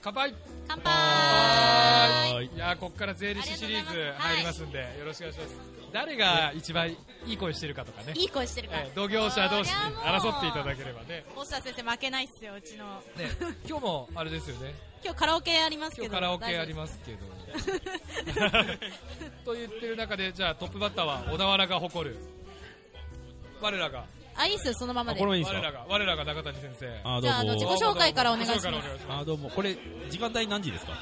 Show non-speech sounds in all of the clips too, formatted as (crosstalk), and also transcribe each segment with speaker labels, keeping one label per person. Speaker 1: 乾杯
Speaker 2: 乾杯
Speaker 3: はい
Speaker 1: いやーここから税理士シリーズ
Speaker 2: あ
Speaker 1: 入
Speaker 2: り
Speaker 1: りま
Speaker 2: がと
Speaker 1: すんで、よろしくお願いします誰が一番いい声してるかとかね
Speaker 2: いい声してるから
Speaker 1: えー同業者同士
Speaker 2: そりゃもう
Speaker 1: 争っていただければね
Speaker 2: 大下先生負けないっすようちの (laughs)
Speaker 1: ね今日もあれですよね
Speaker 2: 今日カラオケありますけ
Speaker 1: 今
Speaker 2: ど
Speaker 1: 日カラオケありますけどと言ってる中でじゃあトップバッターは小田原が誇る我らが
Speaker 2: すあいいっすよそのまま
Speaker 3: あ
Speaker 2: で
Speaker 3: これもいいです
Speaker 1: 我ら
Speaker 3: か
Speaker 1: が我らが中谷先生
Speaker 3: あ
Speaker 2: じゃああの
Speaker 3: どう
Speaker 2: 自
Speaker 3: も
Speaker 2: 己紹介からお願いします
Speaker 1: 自己紹介からお願いしま
Speaker 3: あどうもこれ時間帯何時ですか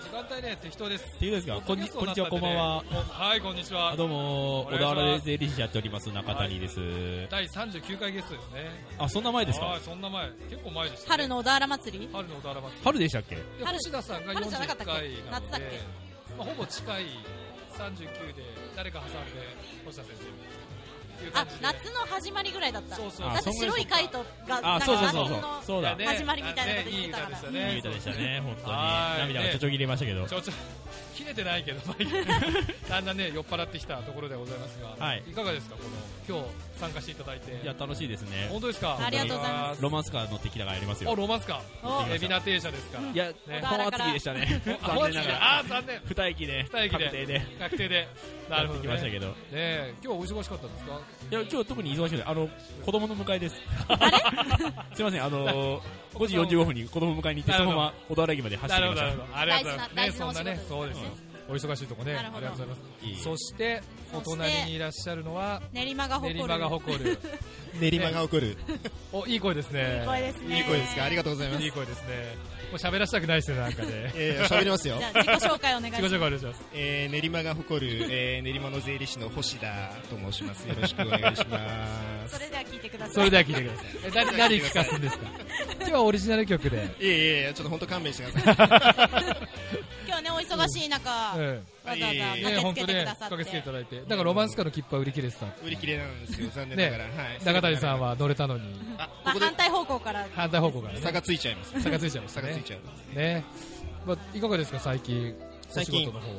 Speaker 1: す時間帯ね適当です
Speaker 3: 適当ですかこんにこんにちはこんばんは
Speaker 1: はいこんにちは
Speaker 3: あどうも
Speaker 1: お
Speaker 3: 小
Speaker 1: 願いします
Speaker 3: 田原で税理士やっております中谷です、
Speaker 1: 第39回ゲストですね
Speaker 3: あそんな前です
Speaker 1: は
Speaker 3: か
Speaker 1: いそんな前結構前でしたね
Speaker 2: 春の小田原祭り
Speaker 1: 春の小田原祭
Speaker 3: 春でしたっけ
Speaker 1: で
Speaker 2: 春
Speaker 1: 星田さんが
Speaker 2: 春じゃなかっ
Speaker 1: 40
Speaker 2: たっけ
Speaker 1: 回なの
Speaker 2: 夏だっ
Speaker 1: で
Speaker 2: け、
Speaker 1: まあ、ほぼ近い39で誰か挟んで星田先生っていう
Speaker 2: あ
Speaker 1: 感じで
Speaker 2: 夏の始まりぐらいだった
Speaker 1: そうそう
Speaker 2: だって白いカイトがなん
Speaker 3: あ
Speaker 2: か
Speaker 3: そうそうそう
Speaker 2: 夏
Speaker 3: そう
Speaker 2: の
Speaker 3: そうだ
Speaker 1: いやね
Speaker 2: 始まりみたいなこと言ってたから
Speaker 1: ねいい歌でした
Speaker 3: いい
Speaker 1: ね
Speaker 3: ネタでしたね本当に
Speaker 1: はい
Speaker 3: 涙がちょちょぎれましたけど
Speaker 1: ちょちょ切れてないけどまあ
Speaker 2: (laughs)
Speaker 1: いいやだんだんね酔っ払ってきたところでございますが、
Speaker 3: はい
Speaker 1: かがですかこの今日参加していただいて
Speaker 3: いや楽しいですね
Speaker 1: 本当ですか
Speaker 2: ありがとうございま
Speaker 3: ロマンスカー乗ってきたがやります
Speaker 1: あ
Speaker 3: よ
Speaker 1: ロマンスか
Speaker 2: お
Speaker 1: 海老名停車ですから、
Speaker 3: いや
Speaker 1: ね
Speaker 3: 本厚木でしたね (laughs) 残念ながら
Speaker 1: あー残念
Speaker 3: 二駅で
Speaker 1: 二駅で
Speaker 3: 確定で
Speaker 1: 確定でなるほど、ね、
Speaker 3: やってきましたけど
Speaker 1: ねえ今日お忙しかったんですか
Speaker 3: いや今日特に忙しくてあの子供の迎えです (laughs) すいませ
Speaker 1: (laughs)
Speaker 3: んあの5時45分に子供迎えに行って
Speaker 1: な
Speaker 3: そ
Speaker 1: るほ
Speaker 3: の
Speaker 1: ど
Speaker 3: まま小田原駅まで走っ
Speaker 1: な
Speaker 3: て
Speaker 1: る
Speaker 3: き
Speaker 1: ほ
Speaker 3: ま
Speaker 1: どなるほど
Speaker 3: した
Speaker 1: ありがとうございます
Speaker 2: 大
Speaker 1: ね
Speaker 2: 事な
Speaker 1: そんなね
Speaker 2: 大事な
Speaker 1: そ
Speaker 2: お
Speaker 1: うです
Speaker 2: 仕事ですね
Speaker 1: よお忙しいとこね
Speaker 2: な
Speaker 1: あ
Speaker 2: るほ
Speaker 1: り
Speaker 2: ど
Speaker 1: がとうございます
Speaker 3: いい
Speaker 1: そしてお隣にいらっしゃるのは
Speaker 2: 練馬が誇
Speaker 1: 練
Speaker 2: る
Speaker 1: 馬が誇る
Speaker 4: 練馬が起こる、
Speaker 1: (laughs) おいい声ですね
Speaker 2: いい声ですね
Speaker 4: いい声ですか、ありがとうございま
Speaker 1: (laughs)
Speaker 4: す。
Speaker 1: いい声ですねもう喋らせたくないですねなんかね
Speaker 2: (laughs)
Speaker 4: えー、喋りますよ
Speaker 2: じゃ。あ自己紹介お願いし
Speaker 1: 自己紹介
Speaker 2: ます
Speaker 1: お願いします
Speaker 4: えー、練馬が誇る、えー、練馬の税理士の星田と申します。よろしくお願いします。
Speaker 2: それでは聞いてください
Speaker 1: それでは聞いてくださいえ何何聞かすんです
Speaker 2: (laughs)
Speaker 1: か今日はオリジナル曲で
Speaker 4: いえいえいえ、ちょっと本当勘弁してください。
Speaker 2: 今日ねお忙しい中、
Speaker 1: うん
Speaker 2: わざわざ
Speaker 4: いえいえ
Speaker 2: 駆けつ
Speaker 1: 本
Speaker 2: け
Speaker 1: 当
Speaker 2: てく
Speaker 1: ね
Speaker 2: ださって、
Speaker 1: 駆けつけていただいてだからロマンスカーの切符は売り切れてた
Speaker 4: 売り切れなんですよ、残念ながら。はい
Speaker 1: ね。中谷さん。は乗れたのに
Speaker 4: あ、
Speaker 2: ま
Speaker 4: こ
Speaker 2: あ、
Speaker 4: こで
Speaker 2: 反対方向から
Speaker 1: 反対方向からね
Speaker 4: 差がついちゃいます。
Speaker 1: 差がついちゃいました
Speaker 4: 差がつい
Speaker 1: ね
Speaker 4: ちゃう。
Speaker 1: ねまあいかがですか最近お
Speaker 4: 最
Speaker 1: 仕事
Speaker 4: 近
Speaker 1: の方は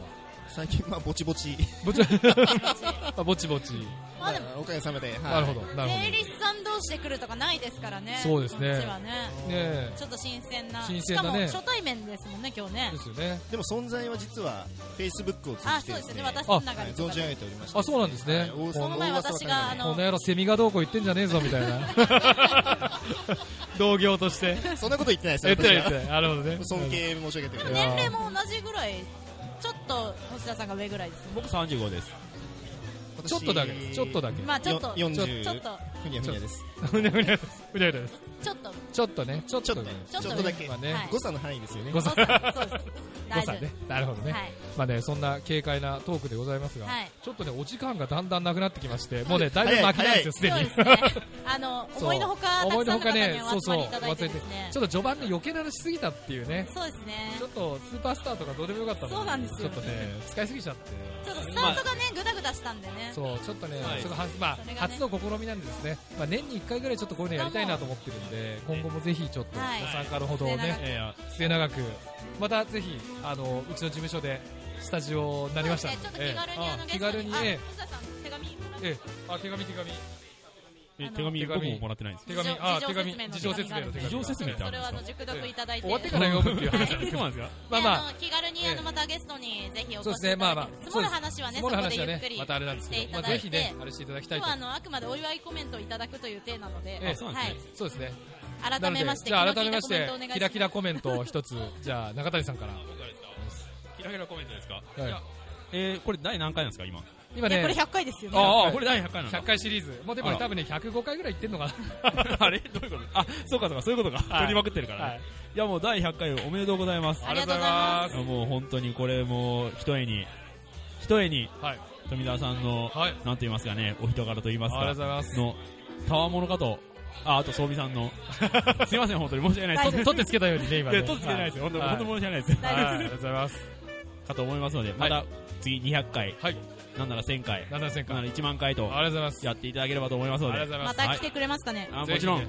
Speaker 4: 最近、まあ、ぼちぼち。
Speaker 1: ぼち
Speaker 4: (laughs)
Speaker 1: あぼちぼち、
Speaker 2: まあでも
Speaker 4: おかげさまで。はい
Speaker 1: なるほど。なるほ
Speaker 2: 税理士さん同士で来るとかないですからね
Speaker 1: そうですね
Speaker 2: こっちはね
Speaker 1: どね
Speaker 2: ちょっと新鮮な
Speaker 1: 新鮮だね
Speaker 2: しかも初対面ですもんね今日
Speaker 1: え
Speaker 2: ね
Speaker 1: ですよね
Speaker 4: でも存在は実は、Facebook を通
Speaker 2: あ
Speaker 4: じ
Speaker 2: そ
Speaker 4: て
Speaker 2: うですね私
Speaker 1: あ
Speaker 2: の中
Speaker 4: はい
Speaker 2: で
Speaker 4: 存じ上げておりました。
Speaker 1: あそうなんですね
Speaker 4: はい大
Speaker 2: その前
Speaker 4: 大噂は
Speaker 2: 私があ
Speaker 4: 大
Speaker 2: の
Speaker 1: この野郎セミがどうこう言ってんじゃねえぞみたいな
Speaker 4: (laughs)
Speaker 1: 同業として
Speaker 4: 概そんなこと言ってないです
Speaker 1: 言
Speaker 4: よ
Speaker 1: ってない言って
Speaker 4: 私は
Speaker 1: ないなるほどね
Speaker 4: 尊敬申し上げております
Speaker 1: いや。
Speaker 2: 年齢も同じぐらいちょっと星田さんが上ぐらいですよね
Speaker 3: 僕35です
Speaker 1: ちょっとだけですちょっとだけ
Speaker 2: まあちょっと
Speaker 4: よ40
Speaker 2: ちょっと
Speaker 4: ふにゃふにゃです。
Speaker 1: ふにゃふにゃですふにゃふにゃです
Speaker 2: ちょっと
Speaker 1: ちょっとねちょっ
Speaker 4: ちょ
Speaker 1: と
Speaker 4: っと
Speaker 1: ね
Speaker 4: ね
Speaker 2: ちょっと
Speaker 4: ちょっとだけ
Speaker 1: まあね
Speaker 2: はい
Speaker 4: 誤差の範囲ですよ
Speaker 1: (laughs)
Speaker 4: ね
Speaker 1: 誤。
Speaker 2: そうそうです
Speaker 1: 誤
Speaker 2: 大丈
Speaker 1: 差
Speaker 2: 夫
Speaker 1: ねなるほどね、
Speaker 2: はい
Speaker 1: まあねそんな軽快なトークでございますが、
Speaker 2: はい
Speaker 1: ちょっとねお時間がだんだんなくなってきましてもうねだいぶ巻きなんですよすで
Speaker 2: そう
Speaker 1: に
Speaker 2: ですねあの
Speaker 1: (laughs) そう
Speaker 2: 思いのほかたくさん
Speaker 1: 思い
Speaker 2: の
Speaker 1: の
Speaker 2: 方
Speaker 1: ほか
Speaker 2: に
Speaker 1: ね
Speaker 2: お集まりい
Speaker 1: そう
Speaker 2: ただいて
Speaker 1: そう
Speaker 2: ですね
Speaker 1: ちょっと序盤で余計な話しすぎたっていうね
Speaker 2: そうですね
Speaker 1: ちょっとスーパースターとかどうでもよかったのに
Speaker 2: そうなんですよ
Speaker 1: ちょっとね使いすぎちゃって
Speaker 2: ちょっとスタートがねグダグダしたんでね
Speaker 1: そうちょっとね、
Speaker 3: はい
Speaker 1: ちょっとはまあ、
Speaker 2: それがね
Speaker 1: 初の試みなんでですね、まあ、年に1回ぐらいちょっとこういうのやりたいなと思ってるんで今後もぜひちょっと
Speaker 2: はい
Speaker 1: ご参加のほどを
Speaker 2: はい
Speaker 1: ね
Speaker 3: いや
Speaker 1: 末永くまたぜひあのうちの事務所でスタジオになりました
Speaker 2: そうですねちょっと気軽に、あの
Speaker 1: ええ気軽に
Speaker 2: ゲストに
Speaker 1: ね
Speaker 2: あ藤田さん手紙もらっ
Speaker 1: ええあ手紙手紙
Speaker 3: いや
Speaker 2: あの
Speaker 3: 手紙
Speaker 1: 手紙
Speaker 3: 僕ももらってないんです
Speaker 1: 手紙あ手紙
Speaker 2: 事
Speaker 1: 事
Speaker 2: 情
Speaker 1: 情
Speaker 2: 説
Speaker 1: 説
Speaker 2: 明
Speaker 1: 明
Speaker 2: の
Speaker 1: の
Speaker 2: 手
Speaker 1: 手
Speaker 2: 紙
Speaker 1: 紙
Speaker 3: 事情説明ってあ
Speaker 2: それを
Speaker 3: るんです
Speaker 2: あ
Speaker 3: か
Speaker 2: の熟読いただいて
Speaker 1: 終わってから読むっていう話なんですけ
Speaker 3: そう
Speaker 1: ど
Speaker 3: なんですか
Speaker 1: まあまあ
Speaker 2: での気軽にあ
Speaker 1: え
Speaker 2: の
Speaker 1: え
Speaker 2: またゲストにぜひお
Speaker 1: そう
Speaker 2: 越
Speaker 1: です
Speaker 2: し
Speaker 1: ね、
Speaker 2: いただいて
Speaker 1: まあまあ、
Speaker 2: 積もる話はね
Speaker 1: 積もる
Speaker 2: そこ
Speaker 1: 話
Speaker 2: で
Speaker 1: は
Speaker 2: ゆっ
Speaker 1: ね
Speaker 2: くり、
Speaker 1: またあれなんですけ
Speaker 2: して
Speaker 1: ど、
Speaker 2: い
Speaker 1: ま
Speaker 2: た
Speaker 1: あ、
Speaker 2: だ
Speaker 1: ぜ
Speaker 2: いて
Speaker 1: ひね、あれしていただきた
Speaker 2: 今
Speaker 1: いと
Speaker 2: 日はあのあくまでお祝いコメントをいただくという体なので、
Speaker 1: ええ
Speaker 3: そうなんですね
Speaker 2: は
Speaker 1: そうですね、
Speaker 2: い、改めまして
Speaker 1: なのでじゃあ、改めまし
Speaker 2: 気の利い
Speaker 1: て
Speaker 2: たコメントをお願い
Speaker 1: キラキラコメン
Speaker 2: しま、す
Speaker 1: トを一つ、じゃあ、中谷さんから、
Speaker 3: キラキラコメントですか、
Speaker 1: い
Speaker 3: いやえーこれ第何回なんですか今
Speaker 1: 今
Speaker 2: いやこれ
Speaker 1: ね、
Speaker 2: 100回ですよね
Speaker 3: ああこれ第100回なんだ
Speaker 1: 100回シリーズ、もうでもね
Speaker 3: あら
Speaker 1: 多分ね、105回ぐらいいってんのか
Speaker 3: (laughs) あれどういうことあそうかそうかそういうことか、
Speaker 1: い
Speaker 3: 取りまくってるか
Speaker 1: な、
Speaker 3: ら、ねい、やもう第100回おめでとうございます
Speaker 2: ありがとうございま
Speaker 1: ありがとうございますす
Speaker 3: いやもう本当にこれもう一重に一重に
Speaker 1: はい、
Speaker 3: 富澤さんの、
Speaker 1: はい
Speaker 3: なんと言いますかねお人柄と言います
Speaker 1: ありがとうございま
Speaker 3: か
Speaker 1: す。
Speaker 3: のたわものかとああと装備さんのすいません本当に申し訳ない
Speaker 2: 大丈
Speaker 3: です
Speaker 2: 夫
Speaker 1: 取ってつけたようにね、今ね。
Speaker 3: で取ってないですよ、本当に、
Speaker 1: はい
Speaker 3: 本当に申し訳ないです。
Speaker 2: 大
Speaker 1: はい
Speaker 2: 丈夫
Speaker 1: ありがとうございます。
Speaker 3: かと思いますので、また次200回、
Speaker 1: はい、
Speaker 3: なんなら1000回、
Speaker 1: 7000
Speaker 3: なんな
Speaker 1: 回。
Speaker 3: ら1万回と
Speaker 1: ありがとうございます。
Speaker 3: やっていただければと思いますの
Speaker 1: ありがとう
Speaker 3: で
Speaker 1: ご、ざいま。
Speaker 2: ますた来てくれますかね、
Speaker 3: あも
Speaker 1: ぜ
Speaker 3: ち
Speaker 1: ひ
Speaker 3: ろん
Speaker 1: ね、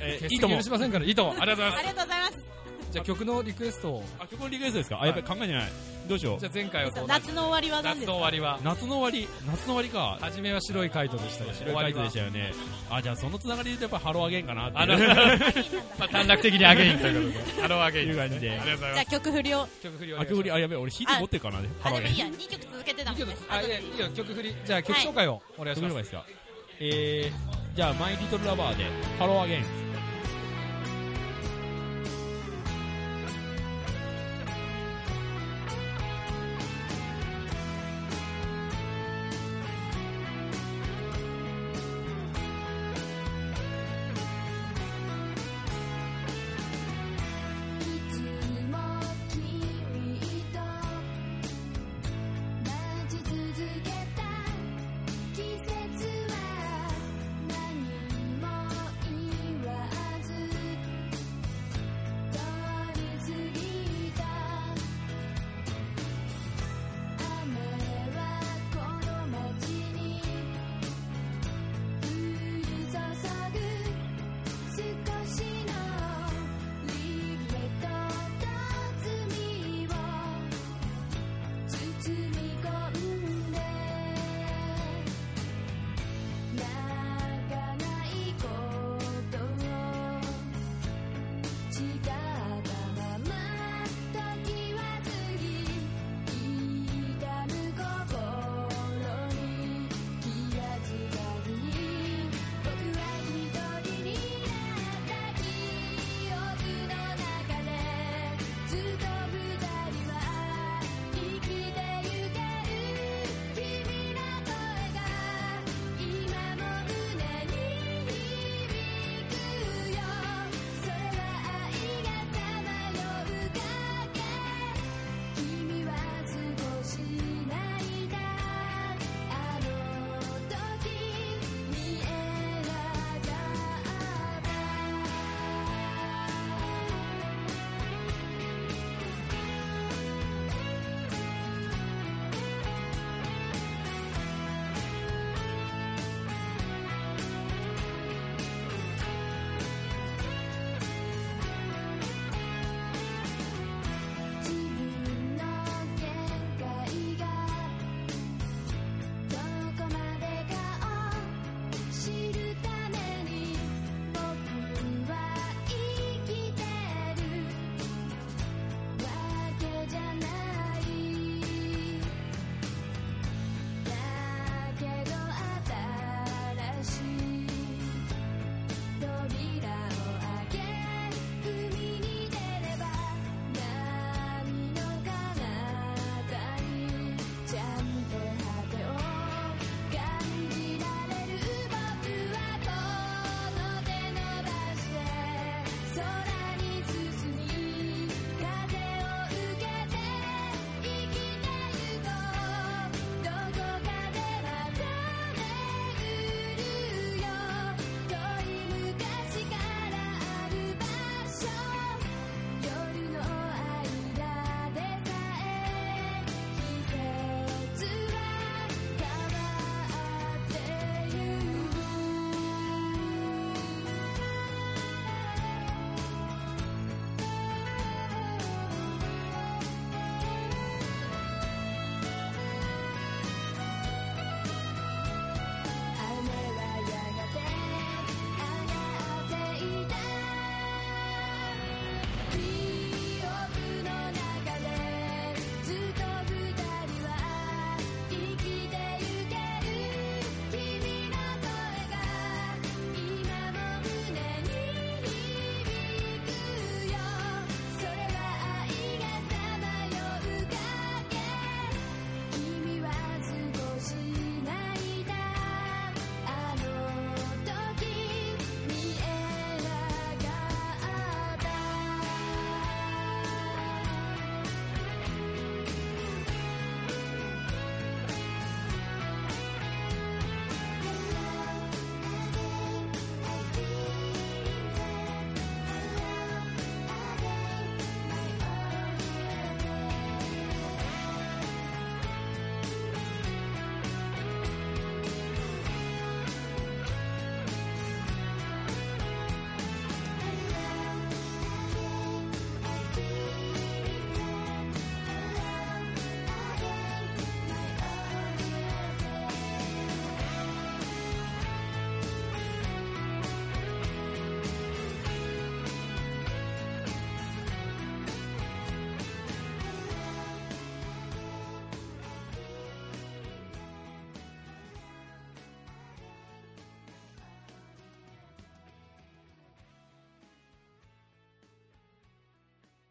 Speaker 3: えーい
Speaker 1: い
Speaker 3: い
Speaker 1: と
Speaker 3: と
Speaker 1: も
Speaker 3: も
Speaker 1: 許しませんから、いいとも。ありがとうございます
Speaker 2: ありがとうございます
Speaker 1: じゃあ曲のリクエストを。
Speaker 3: あ、曲のリクエストですかあ、やっぱり考えてない。どうしよ
Speaker 1: じ
Speaker 3: う。
Speaker 1: ゃあ前回はと同じ
Speaker 2: 夏の終わりは
Speaker 1: 夏
Speaker 2: 何です
Speaker 1: の終
Speaker 2: か
Speaker 1: わりは。
Speaker 3: 夏の終わり、夏の終わりか。
Speaker 1: 初めは白いカイトでしたが
Speaker 3: 白いカイトでした
Speaker 1: よ。
Speaker 3: よね。あ、じゃあそのつながりでやっぱハローアゲインかなっていう。
Speaker 1: あなるほどまあ短絡的にアゲインということで。ハローアゲイン
Speaker 3: いう感じで
Speaker 1: ありがとうございま
Speaker 2: じゃあ
Speaker 1: す。
Speaker 2: 曲不良
Speaker 1: 曲振りお願
Speaker 3: あ、
Speaker 1: いしま
Speaker 3: 曲振
Speaker 1: す
Speaker 3: り、あ、やべえ、俺 CD 持ってるからね。ハ
Speaker 2: あ
Speaker 3: ロ
Speaker 2: で
Speaker 3: ーア
Speaker 2: も
Speaker 3: ゲ
Speaker 2: い
Speaker 3: イン
Speaker 2: い。や2曲続けてた
Speaker 1: いい
Speaker 2: もん
Speaker 1: けど
Speaker 2: ね
Speaker 1: あ
Speaker 2: 後
Speaker 1: いや
Speaker 2: で
Speaker 1: いいよ曲振りじゃあ曲紹介をお願いし
Speaker 3: どう
Speaker 1: ま
Speaker 3: れ
Speaker 1: す、
Speaker 3: ばいいですかえー、じゃあ、マイリトルラバーで、ハローアゲイン。
Speaker 5: 「いつも君と待ち続けた」「季節は何も言わ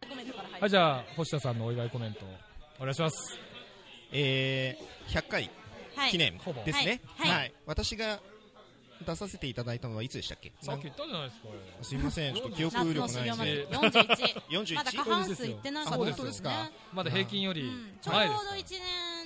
Speaker 2: 人から入
Speaker 1: はい、
Speaker 2: る。
Speaker 1: じゃあ、星田さんのお祝いコメント、お願いします。
Speaker 4: えー、100回
Speaker 2: はい
Speaker 4: 記念
Speaker 1: ほぼ
Speaker 4: ですね、
Speaker 2: はいはい
Speaker 4: 私が出させていただいたのはいつでしたっけ
Speaker 1: さっき言ったじゃないですか。
Speaker 4: なんすいませんちょっと記憶
Speaker 2: 夏の
Speaker 4: 力
Speaker 2: 修
Speaker 4: ない
Speaker 2: 行
Speaker 4: です
Speaker 2: ま
Speaker 4: ね
Speaker 2: で
Speaker 1: ね
Speaker 2: 41。
Speaker 4: 41
Speaker 2: まだ過半数いってなかった
Speaker 1: あ本当です
Speaker 4: か
Speaker 2: ね
Speaker 1: まだ平均よ
Speaker 2: う
Speaker 1: り
Speaker 2: んちょう
Speaker 1: 前です
Speaker 2: ど一年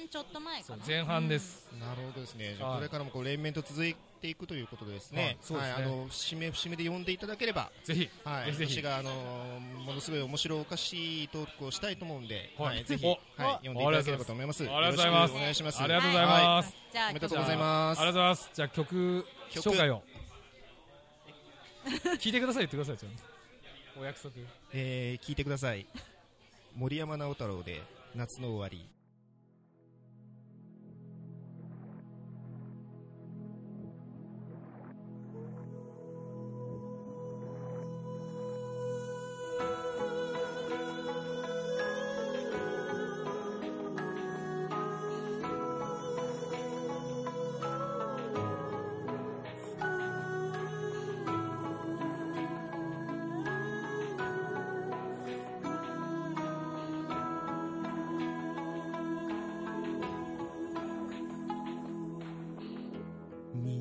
Speaker 2: ちょっと前か
Speaker 1: そう
Speaker 2: な。
Speaker 1: 前半です。
Speaker 4: なるほどですねじゃあ
Speaker 1: はい
Speaker 4: これからもこう連綿と続いていくということですね,、
Speaker 1: はいそうですね
Speaker 4: はいあの節目節目で呼んでいただければ
Speaker 1: ぜひ、
Speaker 4: はい、
Speaker 1: ぜひ
Speaker 4: 私
Speaker 1: ぜひ。
Speaker 4: があのーものすごい面白おかしいトークをしたいと思うんで、
Speaker 1: は
Speaker 4: はいい、ぜひ、
Speaker 1: お
Speaker 4: はい、読んでいただければと思います。
Speaker 1: ありがとうございます
Speaker 4: よろしくお願いします。
Speaker 1: ありがとうござい
Speaker 4: は
Speaker 1: ます。
Speaker 2: じゃあ、
Speaker 4: おめでと
Speaker 1: じ
Speaker 4: う
Speaker 1: ゃ
Speaker 4: ございます
Speaker 1: ありがとうございます。じゃあ曲
Speaker 4: 曲
Speaker 1: 紹介を。
Speaker 2: (laughs)
Speaker 1: 聞いてください、言ってくださいちゃんと。お約束。
Speaker 4: えー聞いてください。森山直太朗で夏の終わり。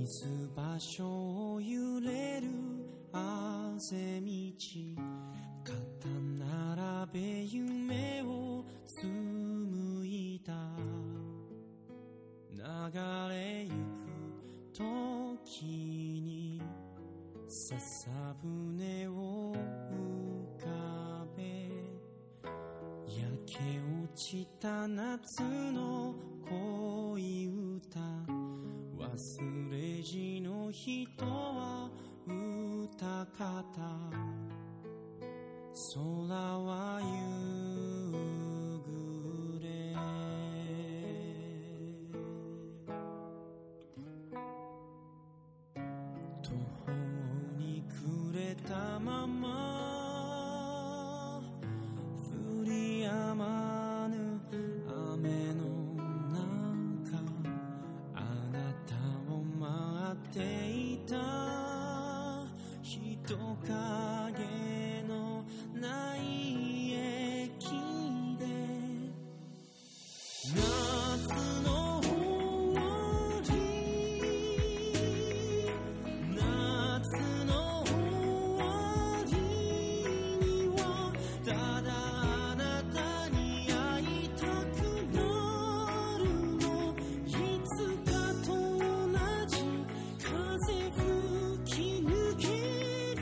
Speaker 6: 水場所を揺れる汗道肩並べ夢を紡いだ流れゆく時に笹舟を浮かべ焼け落ちた夏の恋歌忘れじの人は歌方空は夕暮れ途方に暮れたまま降り止まぬ雨の中あなたを待っていた人影のない駅で夏の終わり夏の終わりにはただあなたに会いたくなるの「いつかと同じ風吹き抜ける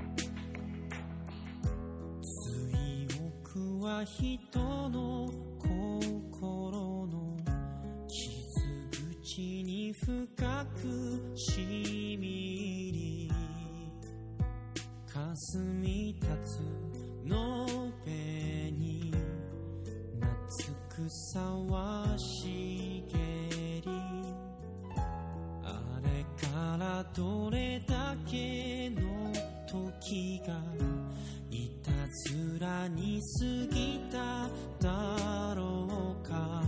Speaker 6: から」「追憶は人の心の傷口に深くしみ入り」霞立つのべに夏草は茂りあれからどれだけの時がいたずらに過ぎただろうか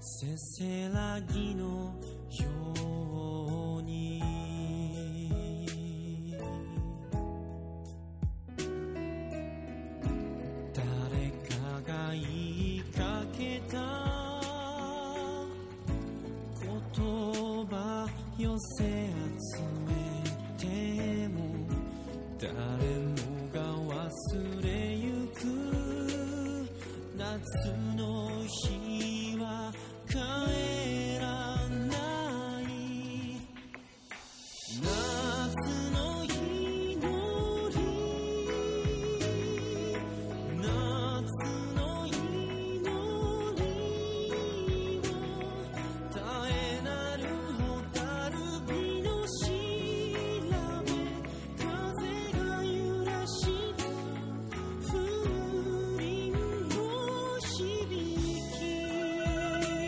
Speaker 6: せせらぎのように誰かが言いかけた言葉寄せ集めても誰もが忘れゆく夏の日は帰らない夏の日のり夏の祈りは絶えなる蛍火の調べ風が揺らした風鈴の響き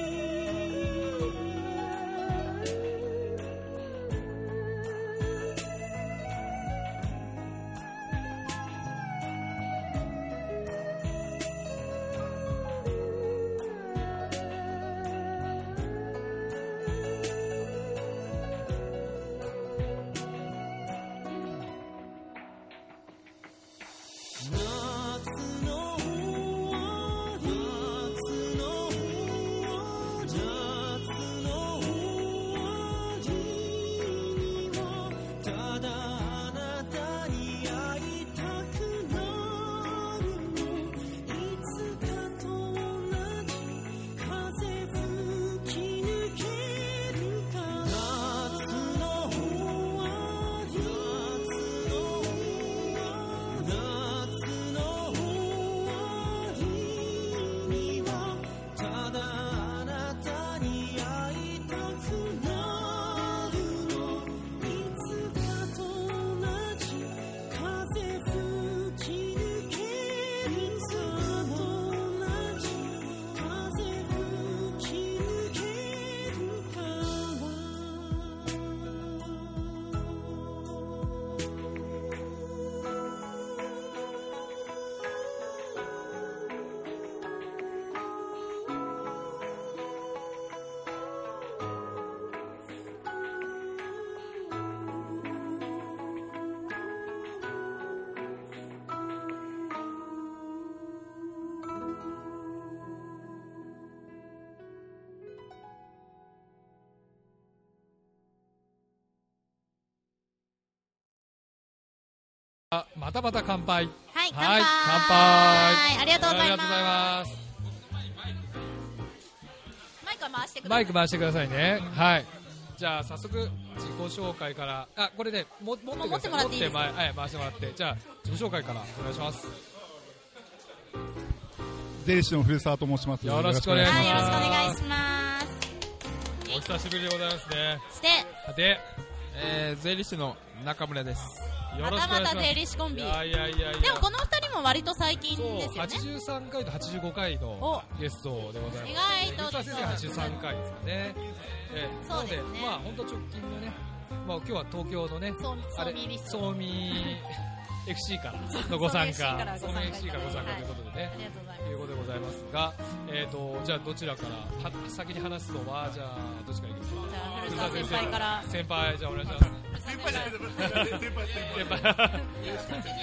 Speaker 1: あまたまた乾杯
Speaker 2: はい、乾
Speaker 1: はい
Speaker 2: 杯
Speaker 1: 乾杯
Speaker 2: ありがとうござ
Speaker 1: あり
Speaker 2: い
Speaker 1: がと
Speaker 2: ま
Speaker 1: うございます
Speaker 2: すマイクは回してくだ
Speaker 1: マ
Speaker 2: さ
Speaker 1: イ
Speaker 2: い
Speaker 1: ク回してくださいね。はい。じゃあ早速自己紹介から、あこれで、も持ってください。
Speaker 2: もう持ってもらっていいですか
Speaker 1: 持って前はい回してもらって、じゃあ自己紹介からお願いします。
Speaker 7: 税理士の古澤と申します。
Speaker 1: よろしくお願いし
Speaker 2: は
Speaker 1: ま
Speaker 2: い、
Speaker 1: す
Speaker 2: よろしくお願いします
Speaker 1: お久しぶりでございますね。
Speaker 2: そして
Speaker 1: で、
Speaker 8: えー、税理士の中村です。
Speaker 1: よ
Speaker 2: ま
Speaker 1: ろしたくお願い
Speaker 2: ま
Speaker 1: したま
Speaker 2: 税理士コン
Speaker 1: す。い
Speaker 2: ビ
Speaker 1: やいやいやいや。
Speaker 2: でもこの二人も割と最近
Speaker 1: そう
Speaker 2: ですよね
Speaker 1: 83回と85回のゲストでございます。
Speaker 2: 意外と
Speaker 1: 藤沢先生83回ですよね。ええ
Speaker 2: そうですね
Speaker 1: なのでまあ本当直近のね、まあ今日は東京のね、
Speaker 2: そう
Speaker 1: あ
Speaker 2: そう
Speaker 1: れ
Speaker 2: 見リスト
Speaker 1: ソーミー FC からのご参加、ソ
Speaker 2: ソーミー FC からご参加
Speaker 1: ーミー FC からご参加ということでね
Speaker 2: あ、りがとうござい
Speaker 1: ということでございますが、えー、とじゃあどちらからは先に話すのはじゃあどっちからいきますか
Speaker 2: ますじゃあ古澤先輩から
Speaker 1: 先輩じゃあお願い (laughs) します
Speaker 2: 先輩じゃない
Speaker 1: 先 (laughs) 輩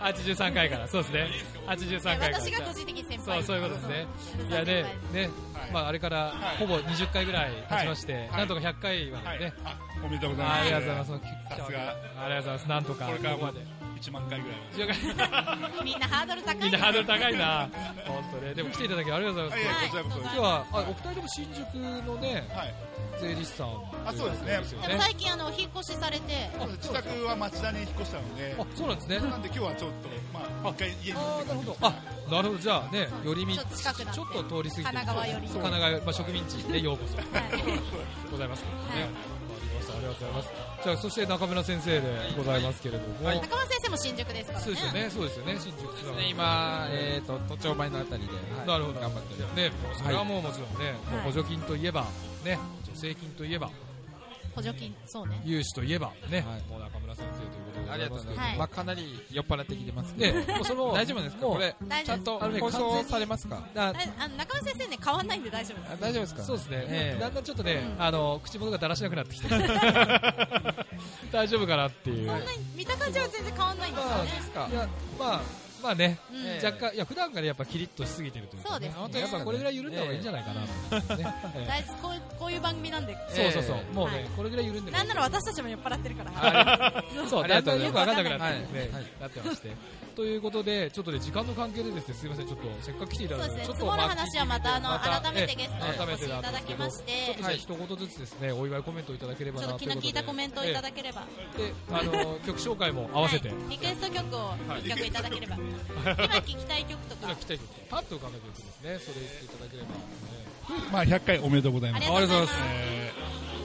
Speaker 1: 83回からそうですね83回から
Speaker 2: 私が個人的に先
Speaker 1: そ
Speaker 2: 輩
Speaker 1: うそういうことですねいや
Speaker 2: 古澤先
Speaker 1: で
Speaker 2: 輩
Speaker 1: ね、まあ、あれからほぼ20回ぐらい経ちまして、
Speaker 7: はい
Speaker 1: なんとか100回は
Speaker 7: はい
Speaker 1: ね、
Speaker 7: あおめでとうございます。
Speaker 1: ありがとうございます
Speaker 7: さすが
Speaker 1: ありがとうございますなんとか
Speaker 7: これから
Speaker 1: ここ
Speaker 7: も
Speaker 1: まで
Speaker 7: 1万回ぐらい
Speaker 1: 10回
Speaker 2: みんなハードル高
Speaker 7: (laughs)
Speaker 2: いな
Speaker 1: みんなハードル高いな本当ねでも来ていただきありがとうございます
Speaker 7: いやいやこちらこそ
Speaker 1: 今日はあお二人とも新宿のね
Speaker 7: まはい。
Speaker 1: 税理士さん
Speaker 7: あそうですね
Speaker 2: でも最近あの引っ越しされて
Speaker 7: 自宅は町田に引っ越したので
Speaker 1: あ、そうなんですね
Speaker 7: なんで今日はちょっと、まあ、一回家に
Speaker 1: あーなるほどあなるほどじゃあね寄り道
Speaker 2: ちょっと近くなって
Speaker 1: ちょっと通り過ぎて
Speaker 2: 神奈川寄り
Speaker 1: そう神奈川寄りまあ植民地でようこそ
Speaker 2: はい
Speaker 1: ございますね
Speaker 2: い
Speaker 1: わかりましたありがとうございますじゃあそして中村先生でございますけれども
Speaker 2: 中村先生も新宿ですからね
Speaker 1: そうですよねそうですよね新宿つなが
Speaker 8: ね
Speaker 1: り
Speaker 8: 今、えー、と、都庁前のあたりで、はい
Speaker 1: なるほど
Speaker 8: 頑張っております。
Speaker 1: ねそれはもうもちろんね
Speaker 2: はい
Speaker 1: もう補助金といえばね助成金といえば
Speaker 2: 補助金そうね
Speaker 1: 融資といえばね
Speaker 8: はい
Speaker 1: もう中村先生ということで
Speaker 8: あ
Speaker 1: ご
Speaker 8: り
Speaker 1: ざ
Speaker 8: がとうござい
Speaker 1: いますけど
Speaker 8: ます。
Speaker 2: はい
Speaker 8: まあ、かなり酔っ払ってきてますけ
Speaker 1: ね
Speaker 8: ど。
Speaker 1: もうその
Speaker 8: 大丈夫ですか
Speaker 1: もう
Speaker 8: これ、
Speaker 2: 大
Speaker 8: ち
Speaker 2: 丈
Speaker 8: ゃ
Speaker 2: 夫
Speaker 8: んと
Speaker 1: あのね
Speaker 8: 放送されますかあ
Speaker 2: ああの中村先生ね変わんないんで大丈夫です
Speaker 8: あ大丈夫ですか
Speaker 1: そうですね、
Speaker 8: ええ
Speaker 1: だんだんちょっとね、あの口元がだらしなくなってき
Speaker 8: (laughs)
Speaker 1: て大丈夫かなっていう、
Speaker 2: そ
Speaker 1: ま
Speaker 2: んなに見た感じは全然変わんないんですよ
Speaker 1: あ
Speaker 2: ね
Speaker 8: ですか
Speaker 1: いやまあまあね、
Speaker 2: うん
Speaker 1: ええ若干いや普段からやっぱキリッとしすぎてるというか、
Speaker 2: そうですね
Speaker 1: 本当にやっぱこれぐらい緩んだ方がいいんじゃないかな、ねええ
Speaker 2: 大事こういうこういう番組なんで
Speaker 1: そうそうそう、
Speaker 8: ええ
Speaker 1: もうね、
Speaker 2: はい
Speaker 1: これぐらい緩んでも
Speaker 2: なんなら私たちも酔っ払ってるから
Speaker 1: あそう
Speaker 8: ありが
Speaker 1: だん
Speaker 8: と
Speaker 1: だ
Speaker 8: うんございます
Speaker 1: よく分かんなくなって,、
Speaker 8: はい
Speaker 1: ね
Speaker 8: はい
Speaker 1: なってましてということでちょっとね時間の関係でですねすみませんちょっとせっかく来ていただいた
Speaker 2: そうで
Speaker 1: ち
Speaker 2: すね
Speaker 1: ょっ
Speaker 2: 積
Speaker 1: と
Speaker 2: もる
Speaker 1: まあ
Speaker 2: 話はまたあの
Speaker 1: ま
Speaker 2: 改めてゲストに
Speaker 1: ええ
Speaker 2: お越しいただきまして
Speaker 1: ちょっとじゃあ一言ずつですねお祝いコメントいただければ
Speaker 2: ち
Speaker 1: な
Speaker 2: ょっと
Speaker 1: という
Speaker 2: 気
Speaker 1: こと
Speaker 2: の
Speaker 1: で
Speaker 2: 利いたコメントをいただければ
Speaker 1: であの曲紹介も合わせて、
Speaker 2: はいリクエスト曲を一曲いただけれ (laughs) ば今聴きたい曲と
Speaker 1: 今
Speaker 2: か
Speaker 1: 来た曲パッと浮かんだ曲ですねそれ言っていただければ、ね
Speaker 7: まあ、100回おめでとうござい
Speaker 2: あ
Speaker 7: ま
Speaker 2: りが
Speaker 7: す。
Speaker 2: とうございます
Speaker 7: え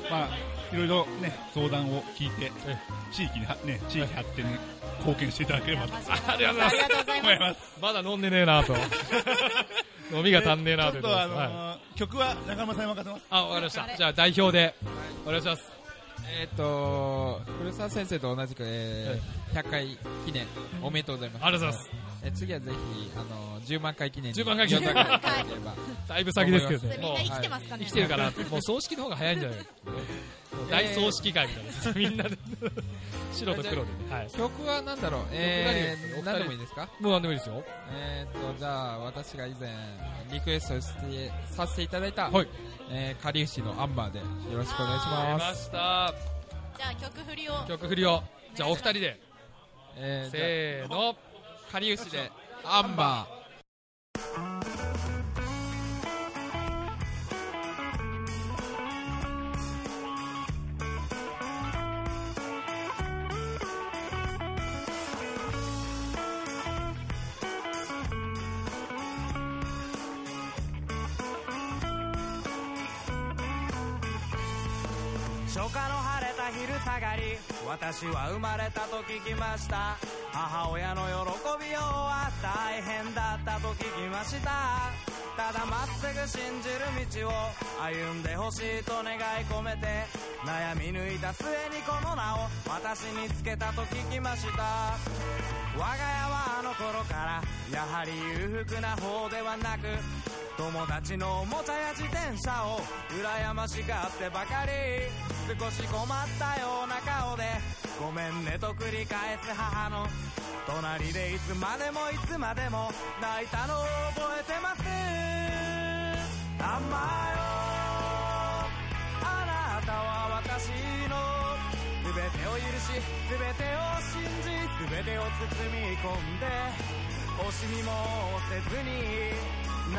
Speaker 7: ーまあ、いろいろね、相談を聞いて
Speaker 1: え、
Speaker 7: 地域には、ね、地域発展に貢献していただければと
Speaker 2: ありがとうございますありがとうござい
Speaker 7: 思い
Speaker 2: ま
Speaker 7: ます。
Speaker 1: まだ飲んでね
Speaker 8: (laughs)
Speaker 1: えなと飲みが足んねえなと
Speaker 7: ち
Speaker 1: いう
Speaker 7: ょっ
Speaker 1: こと
Speaker 7: と
Speaker 1: で
Speaker 7: あの
Speaker 1: はい
Speaker 7: ー曲は中村さんに任せます。
Speaker 1: あわかりましたじゃあ代表でお願いします
Speaker 8: えーっと、古澤先生と同じく、えー100回記念、おめでとうございます。
Speaker 1: ありがとうございます。
Speaker 8: えー次はぜひ、あの、10万回記念に。
Speaker 1: 10万回記念
Speaker 8: 呼んでいただけれ
Speaker 1: (laughs)
Speaker 8: ば
Speaker 1: だいぶ先ですけどね
Speaker 2: みん
Speaker 1: もう
Speaker 2: な生きてますかね
Speaker 1: 生きてるかなもう葬式の方が早いんじゃないか大葬式会みたいな
Speaker 8: (laughs)
Speaker 1: みんなで白と黒でねはい
Speaker 8: 曲は何だろうえー、
Speaker 1: 何が
Speaker 8: 何
Speaker 1: いいですかお二人
Speaker 8: でもいいですか
Speaker 1: もう何でもいいですよ
Speaker 8: えーっと、じゃあ、私が以前、リクエストしてさせていただいた、
Speaker 1: はい
Speaker 8: えー、かりゆしのアンバーで、よろしくお願いします。
Speaker 1: 出ま
Speaker 2: じゃあ曲振りを
Speaker 1: した曲振りをじゃあお二人で
Speaker 8: えー、じゃ
Speaker 1: せーの
Speaker 8: あ、かりゆしで、アンバー。
Speaker 6: 初夏の晴れた昼下がり私は生まれたと聞きました母親の喜びようは大変だったと聞きましたただまっすぐ信じる道を歩んでほしいと願い込めて悩み抜いた末にこの名を私につけたと聞きました我が家はあの頃からやはり裕福な方ではなく友達のおもちゃや自転車を羨ましがってばかり少し困ったような顔でごめんねと繰り返す母の隣でいつまでもいつまでも泣いたのを覚えてます甘よあなたは私の全てを許し全てを信じ全てを包み込んで惜しみもせずに何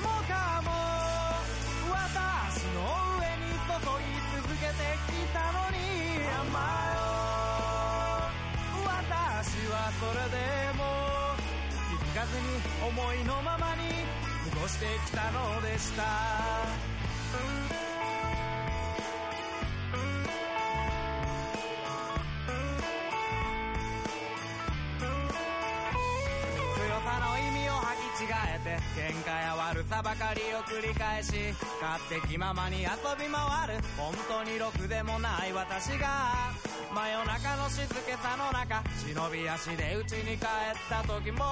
Speaker 6: もかも私の上に注い続けてきたのに甘えよ私はそれでも気づかずに思いのままに過ごしてきたのでした強さの意味を履き違えて喧嘩や悪さばかりを繰り返し勝手気ままに遊び回る本当にろくでもない私が真夜中の静けさの中忍び足で家に帰った時も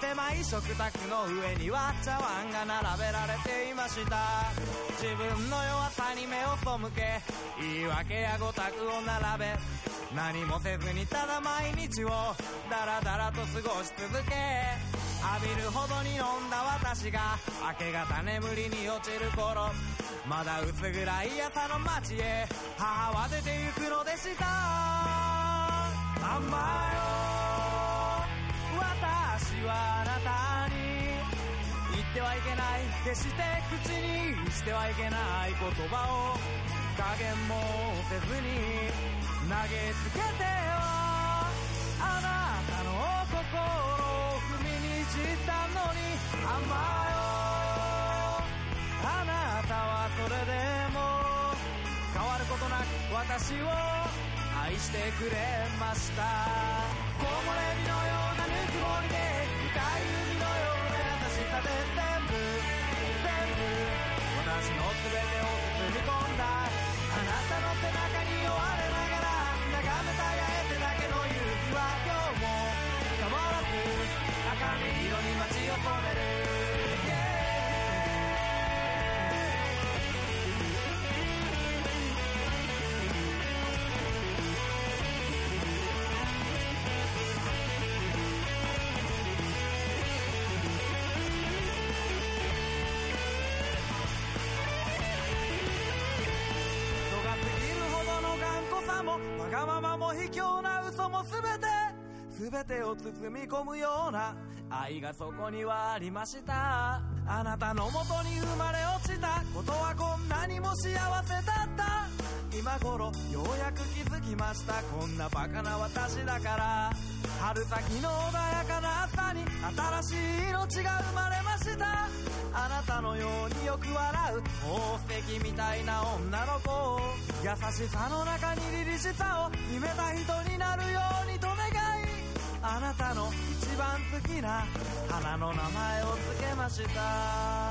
Speaker 6: 狭い食卓の上には茶碗が並べられていました自分の弱さに目を背け言い訳やごたくを並べ何もせずにただ毎日をダラダラと過ごし続け浴びるほどに飲んだ私が明け方眠りに落ちる頃まだ薄暗い朝の街へ母は出て行くのでした甘えよ私はあなたに言ってはいけない決して口にしてはいけない言葉を加減もせずに投げつけてよあなたの心を踏みにじったのに甘えよあなたはそれでも変わることなく私を愛してくれました木漏れ日のようなぬくもりで深い海のような優しさで全部全部私の全てを包み込んだあなたの背中に追われながら眺めたやえてだけの勇気は今日も変わらず赤身色に街を染める人が過ぎるほどの頑固さもわがままも卑怯な嘘も全て全てを包み込むような愛がそこにはありましたあなたのもとに生まれ落ちたことはこんなにも幸せだった今頃ようやく気づきましたこんなバカな私だから春先の穏やかな朝に新しい命が生まれましたあなたのようによく笑う宝石みたいな女の子を優しさの中に凛々しさを秘めた人になるようにと願いあなたの一番好きな花の名前を付けました